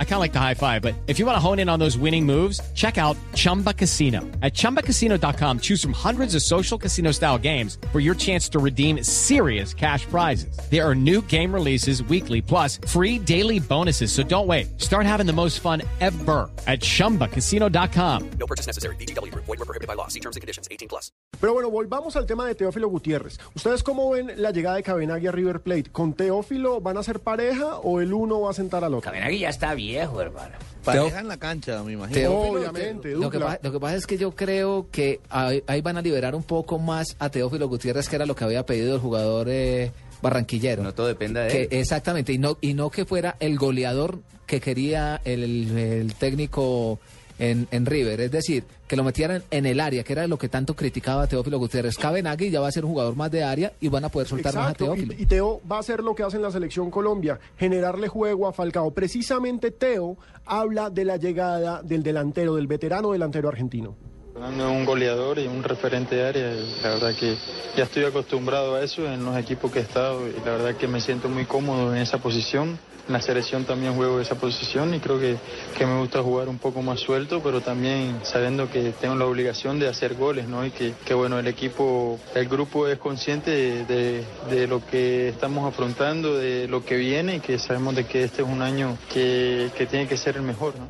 I kind of like the high five, but if you want to hone in on those winning moves, check out Chumba Casino. At chumbacasino.com, choose from hundreds of social casino style games for your chance to redeem serious cash prizes. There are new game releases weekly, plus free daily bonuses. So don't wait. Start having the most fun ever at chumbacasino.com. No purchase necessary. BGW. Void were prohibited by law. See terms and conditions. 18 plus. Pero bueno, volvamos al tema de Teófilo Gutiérrez. ¿Ustedes cómo ven la llegada de Cabenagui a River Plate? ¿Con Teófilo van a ser pareja o el uno va a sentar al otro? Cabenagui ya está viejo, hermano. Pareja en la cancha, me imagino. Obviamente, Lo que, dupla. pasa, lo que pasa es que yo creo que ahí, ahí van a liberar un poco más a Teófilo Gutiérrez, que era lo que había pedido el jugador eh, barranquillero. No todo dependa de Que- él. Exactamente, y no, y no que fuera el goleador que quería el, el técnico en, en River. Es decir, que lo metieran en el área, que era lo que tanto criticaba Teófilo Gutiérrez. Cabenagui ya va a ser un jugador más de área y van a poder soltar más a Exacto, Teófilo. y, y Teo va a hacer lo que hace en la selección Colombia, generarle juego a Falcao. Precisamente Teo habla de la llegada del delantero, del veterano delantero argentino. Fernando es un goleador y un referente de área. y La verdad que ya estoy acostumbrado a eso en los equipos que he estado y la verdad que me siento muy cómodo en esa posición. En la selección también juego esa posición y creo que, que me gusta jugar un poco más suelto, pero también sabiendo que tengo la obligación de hacer goles, ¿no? Y que, que bueno, el equipo, el grupo es consciente de, de- de lo que estamos afrontando, de lo que viene y que sabemos de que este es un año que, que tiene que ser el mejor, ¿no?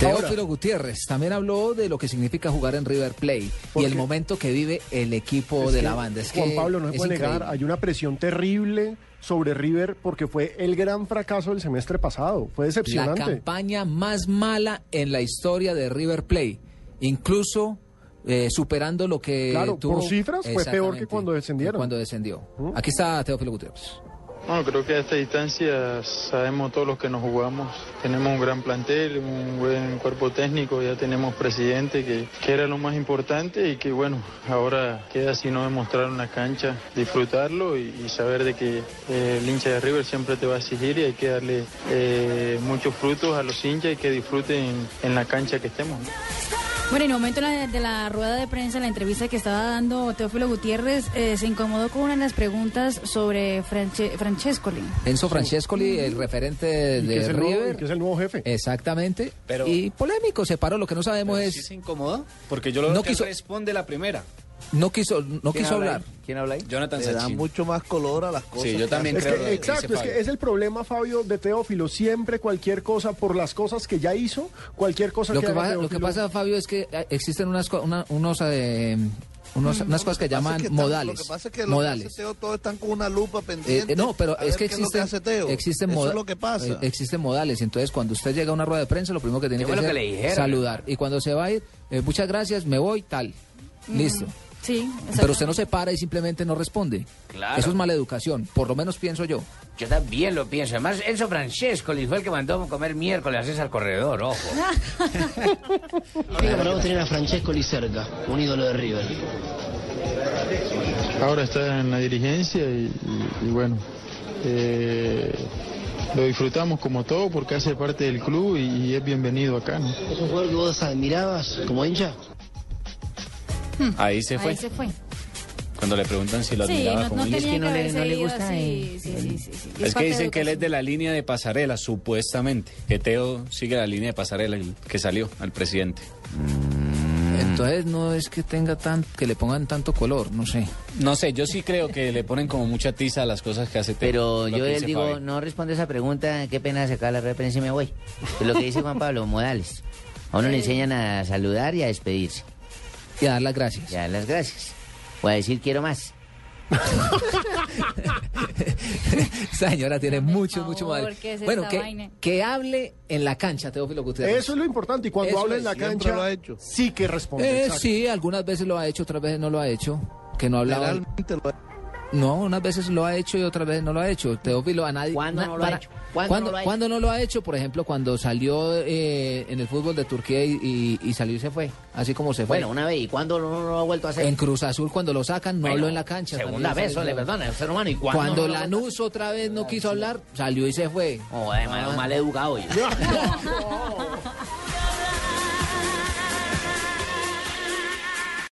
Teófilo Gutiérrez también habló de lo que significa jugar en River Play y el Porque- momento que vive el equipo Es de que, la banda. Es Juan que Pablo no se es puede negar, increíble. hay una presión terrible sobre River porque fue el gran fracaso del semestre pasado. Fue la decepcionante. campaña más mala en la historia de River Plate, incluso eh, superando lo que Claro, tuvo- por cifras fue peor que Exactamente, cuando descendieron. Cuando descendió. ¿Mm? Aquí está Teófilo Gutiérrez. Bueno, creo que a esta distancia sabemos todos los que nos jugamos. Tenemos un gran plantel, un buen cuerpo técnico, ya tenemos presidente, que, que era lo más importante y que bueno, ahora queda sino demostrar en la cancha, disfrutarlo y, y saber de que eh, el hincha de River siempre te va a exigir y hay que darle eh, muchos frutos a los hinchas y que disfruten en la cancha que estemos. ¿no? Bueno, en el momento de la- de la rueda de prensa, la entrevista que estaba dando Teófilo Gutiérrez, eh, se incomodó con una de las preguntas sobre Franche- Francescoli. Enzo Francescoli, el referente de, Mm. Y que es el nuevo- River. y que es el nuevo jefe. Exactamente. Pero- y polémico, se paró. Lo que no sabemos Pero es. sí se incomodó? Porque yo lo No no que él quiso- responde la primera. No quiso, ¿Quién no quiso habla hablar. ahí? ¿Quién habla ahí? Jonathan Le da Sachin. mucho más color a las cosas. Sí, yo que también hace. Es que- creo lo que dice exacto, es que Fabio. es el problema, Fabio, de Teófilo. Siempre cualquier cosa, por las cosas que ya hizo, cualquier cosa Lo que, que, haga pasa, lo que Teófilo- pasa, Fabio, es que eh, existen unas, co- una- unos, eh, unos- unas cosas que Mm, Lo pasa llaman es que tan- modales. Lo que pasa es que los modales. todos están con una lupa pendiente. Eh, no, pero a es ver que qué lo existen, hace Teo. existen Eso moda- es lo que eh, pasa. existen modales. Entonces, cuando usted llega a una rueda de prensa, lo primero que tiene ¿Qué fue que lo hacer que le es dijeron? saludar. Y cuando se va a ir, eh, muchas gracias, me voy, tal. Mm, Listo. Sí, Pero usted no se para y simplemente no responde. Claro. Eso es mala educación, por lo menos pienso yo. Yo también lo pienso. Además, Enzo Francesco le fue el que mandó a comer miércoles a César Corredor, ojo. Venga, para vos tener a Francescoli cerca, un ídolo de River. Ahora está en la dirigencia y, y- y bueno, eh, lo disfrutamos como todo porque hace parte del club y, y es bienvenido acá. ¿no? ¿Es un jugador que vos admirabas como hincha? Ahí se Ahí fue. se fue. Cuando le preguntan si lo Sí, admiraba no, como no hincha. tenía que no le- haberse no le ido gusta, eh. así. Sí, sí, sí, sí. Y Es que parte de dicen que él es de educación. la línea de pasarela, supuestamente. Que Teo sigue la línea de pasarela que salió al presidente. Mm. Entonces, no es que tenga tan, que le pongan tanto color, no sé. No sé, yo sí creo que le ponen como mucha tiza a las cosas que hace Teo. Pero Lo yo que él dice digo, Fabio. no respondo esa pregunta, qué pena sacar la referencia y me voy. Es lo que dice Juan Pablo, modales. A uno le enseñan a saludar y a despedirse. Y a dar las gracias. Ya, las gracias. O a decir quiero más. Esa señora tiene Por mucho, favor, mucho mal. ¿qué es bueno, esta que, vaina? que hable en la cancha, Teófilo Gutiérrez. Eso es lo importante. Y cuando Eso habla es, en la siempre cancha, lo ha hecho. sí que responde. Eh, exacto. sí, algunas veces lo ha hecho, otras veces no lo ha hecho. Que no ha hablado. Literalmente lo- No, unas veces lo ha hecho y otras veces no lo ha hecho. Teófilo a nadie. ¿Cuándo na- no lo ha hecho? ¿Cuándo, ¿Cuándo ¿cuándo no no lo ha hecho? lo ha hecho? Por ejemplo, cuando salió eh, en el fútbol de Turquía y, y- y salió y se fue. Así como se fue. Bueno, una vez, ¿y cuándo no lo ha vuelto a hacer? en Cruz Azul, cuando lo sacan, no Bueno, habló en la cancha. Segunda también vez, salió. le perdona, el ser humano. ¿Y cuándo Cuando no lo Ah, ha vuelto a Lanús Ah. otra vez no quiso hablar, salió y se fue. Oh, además, un mal educado yo.